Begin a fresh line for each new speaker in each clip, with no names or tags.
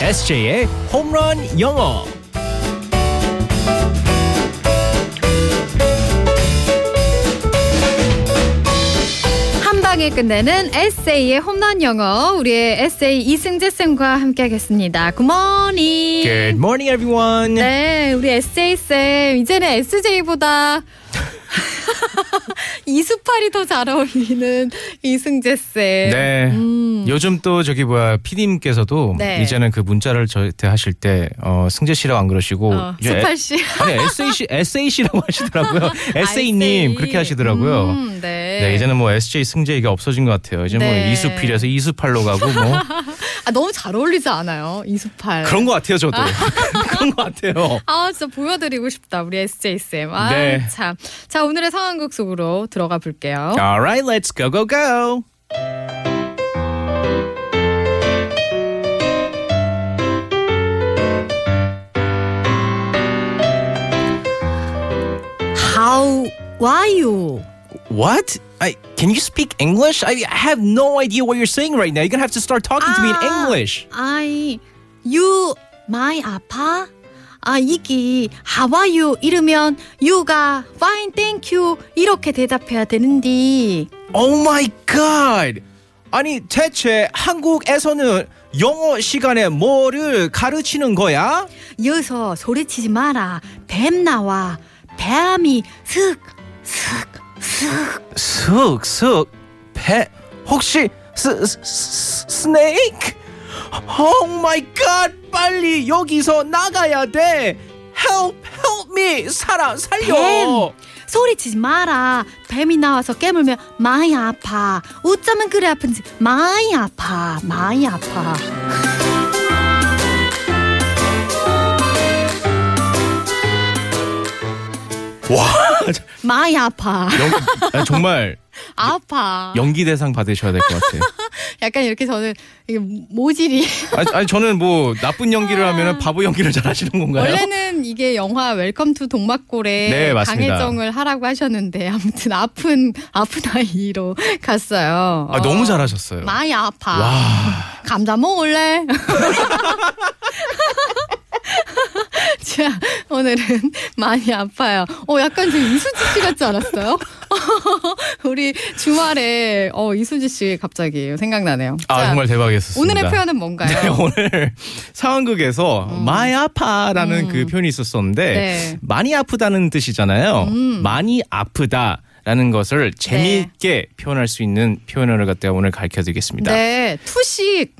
SJ의 홈런 영어.
한 방에 끝내는 에세이의 홈런 영어 우리의 에세이 이승재 쌤과 함께하겠습니다. 굿모닝.
예.
Good morning, everyone.
네, 우리 에세이 쌤 이제는 SJ보다 이수팔이 더 잘 어울리는 이승재 쌤.
네. 요즘 또 저기 뭐야 피디님께서도
음. 네.
이제는 그 문자를 저한테 하실 때 어, 승재 씨라고 안 그러시고
어,
이제 에-
수팔 씨.
예.
아,
아니 에세이 씨 에세이 씨라고 하시더라고요. 에세이님 그렇게 하시더라고요.
음, 네.
네, 이제는 뭐 SJ 승재 이게 없어진 것 같아요. 이제 뭐
네.
이수필에서 이수팔로 가고 뭐
아, 너무 잘 어울리지 않아요, 이수팔.
그런 것 같아요 저도 그런 것 같아요.
아 진짜 보여드리고 싶다 우리 SJ 쌤. 아
네.
참. 자 오늘의 상황극 속으로 들어가
아,
볼게요.
Alright, let's go go go.
How are you?
What? I, can you speak English? I have no idea what you're saying right now. You're gonna have to start talking to me in
Ah.
English.
I you 많이 아파? 아 이게 How are you 이러면 you가 fine thank you 이렇게 대답해야 되는데
Oh my god! 아니 대체 한국에서는 영어 시간에 뭐를 가르치는 거야?
여기서 소리치지 마라 뱀 나와 뱀이 슥슥슥
슥슥 배 혹시 스, 스, 스, 스네이크? Oh my god! 빨리 여기서 나가야 돼. Help, help me! 사람 살려!
뱀! 소리치지 마라. 뱀이 나와서 깨물면 많이 아파. 어쩌면 그래 아픈지 많이 아파. 많이 아파.
와,
많이 아파.
영, 아, 정말
아파.
연기 대상 받으셔야 될 것 같아요.
약간 이렇게 저는 이게 모질이
아니, 아니, 저는 뭐 나쁜 연기를 하면 바보 연기를 잘 하시는 건가요?
아. 원래는 이게 영화 웰컴 투 동막골에
네, 맞습니다.
강혜정을 하라고 하셨는데 아무튼 아픈 아픈 아이로 갔어요.
아, 너무 잘하셨어요.
많이 아파.
와,
감자 먹을래? 자, 오늘은 많이 아파요. 어, 약간 지금 이수지 씨 같지 않았어요? 우리 주말에, 어, 이수지 씨 갑자기 생각나네요.
아
자,
정말 대박이었습니다.
오늘의 표현은 뭔가요?
네, 오늘 상황극에서 많이 아파라는 그 표현이 있었었는데
음. 네. 음.
많이 아프다는 뜻이잖아요. 많이 아프다. 라는 것을
네.
재미있게 표현할 수 있는 표현을 갖다가 오늘 가르쳐 드리겠습니다.
네, 투식.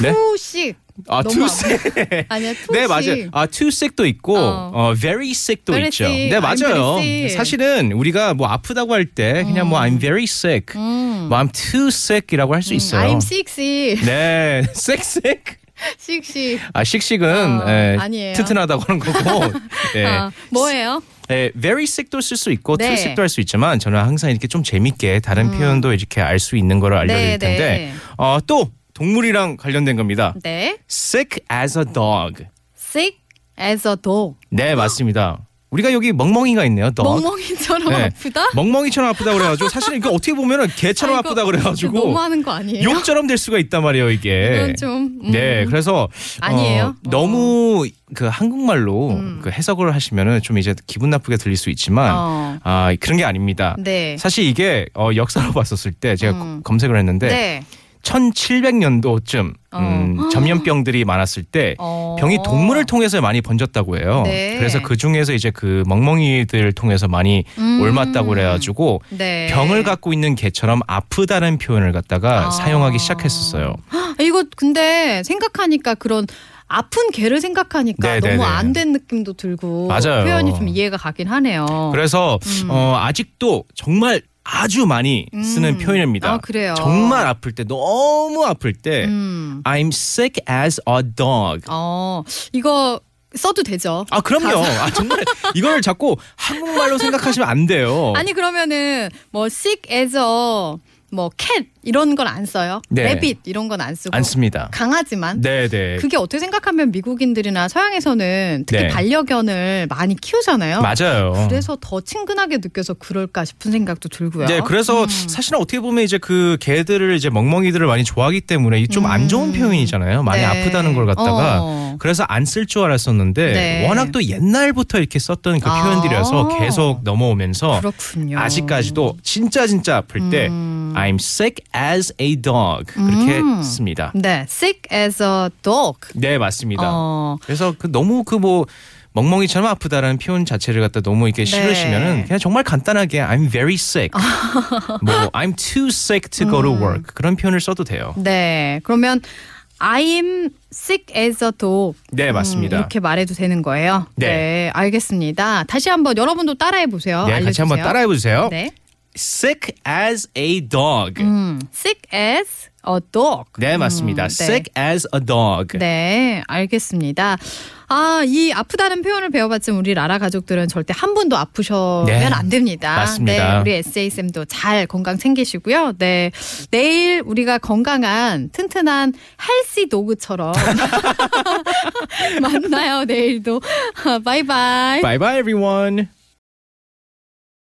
네?
투식.
아,
너무
too sick.
아니야, 투식. 음,
네, 맞아요. 아, too sick도 있고
어.
어. very sick도
Very
있죠.
sick,
네,
I'm
맞아요.
very sick. 음.
사실은 우리가 뭐 아프다고 할 때 그냥 뭐 I'm very sick, 뭐 I'm too sick이라고 할 수 있어요.
I'm sixy.
네, sick sick.
sixy.
아 씩씩은
어,
예,
아니에요.
튼튼하다고 하는 거고 예,
아, 뭐예요?
예, very sick도 쓸 수 있고
네. 음.
too sick도 할 수 있지만 저는 항상 이렇게 좀 재밌게 다른 표현도 이렇게 알 수 있는 거를
네,
알려드릴
네.
텐데 어, 또 동물이랑 관련된 겁니다.
네.
sick as a dog.
sick as a dog.
네 맞습니다. 우리가 여기 멍멍이가 있네요. dog.
멍멍이처럼
네.
아프다?
멍멍이처럼 아프다 그래가지고 사실은 이거 어떻게 보면은 개처럼
아,
아,
이거
프다 그래가지고
너무하는 거 아니에요?
욕처럼 될 수가 있단 말이에요 이게.
이건 좀, 음.
네, 그래서
아니에요?
어, 너무 그 한국말로
음.
그 해석을 하시면은 좀 이제 기분 나쁘게 들릴 수 있지만
어.
아 그런 게 아닙니다.
네.
사실 이게 어, 역사로 봤었을 때 제가
음.
거- 검색을 했는데
네.
1700년도쯤 음,
어.
전염병들이 많았을 때
어.
병이 동물을 통해서 많이 번졌다고 해요.
네.
그래서 그 중에서 이제 그 멍멍이들 통해서 많이
음.
옮았다고 그래가지고
네.
병을 갖고 있는 개처럼 아프다는 표현을 갖다가
아.
사용하기 시작했었어요.
아, 이거 근데 생각하니까 그런 아픈 개를 생각하니까
네, 네, 네.
너무 안 된 느낌도 들고
맞아요.
표현이 좀 이해가 가긴 하네요.
그래서 어, 아직도 정말 아주 많이 쓰는
음.
표현입니다.
아, 그래요?
정말 아플 때 너무 아플 때
음.
I'm sick as a dog.
어, 이거 써도 되죠.
아 그럼요. 아 정말 이걸 자꾸 한국말로 생각하시면 안 돼요.
아니 그러면은 뭐 sick as a 뭐 캣 이런 걸 안 써요.
네.
래빗 이런 건 안 쓰고
안 씁니다.
강하지만
네네.
그 그게 어떻게 생각하면 미국인들이나 서양에서는 특히
예. 네.
반려견을 많이 키우잖아요.
맞아요.
그래서 더 친근하게 느껴서 그럴까 싶은 생각도 들고요. 음.
네, 그래서 사실은 어떻게 보면 이제 그 개들을 이제 멍멍이들을 많이 좋아하기 때문에 좀 안 좋은
음.
표현이잖아요. 많이
네.
아프다는 걸 갖다가
어.
그래서 안 쓸 줄 알았었는데
네.
워낙 또 옛날부터 이렇게 썼던 그
아.
표현들이어서 계속 넘어오면서
그렇군요.
아직까지도 진짜 진짜 아플 때
음.
I'm sick as a dog 그렇게
음.
씁니다.
네, sick as a dog.
네, 맞습니다.
어,
그래서 그 너무 그 뭐 멍멍이처럼 아프다라는 표현 자체를 갖다 너무 이렇게
네.
싫으시면은 그냥 정말 간단하게 I'm very sick,
아.
뭐 I'm too sick to go to
음.
work 그런 표현을 써도 돼요.
네. 그러면 I'm sick as a dog.
네 맞습니다.
음, 이렇게 말해도 되는 거예요.
네.
알겠습니다. 다시 한번 여러분도 따라해 보세요.
네
어, 알려주세요.
같이 한번 따라해 보세요.
네.
Sick as a dog.
음, sick as a dog.
네 맞습니다.
음, 네.
Sick as a dog.
네, 알겠습니다. 아, 이 아프다는 표현을 배워봤지만 우리 라라 가족들은 절대 한 번도 아프셔면
네,
안 됩니다.
맞습니다.
네, 우리 에세이 쌤도 잘 건강 챙기시고요. 네, 내일 우리가 건강한 튼튼한 할시 도그처럼 만나요. 내일도 바이바이.
Bye bye everyone.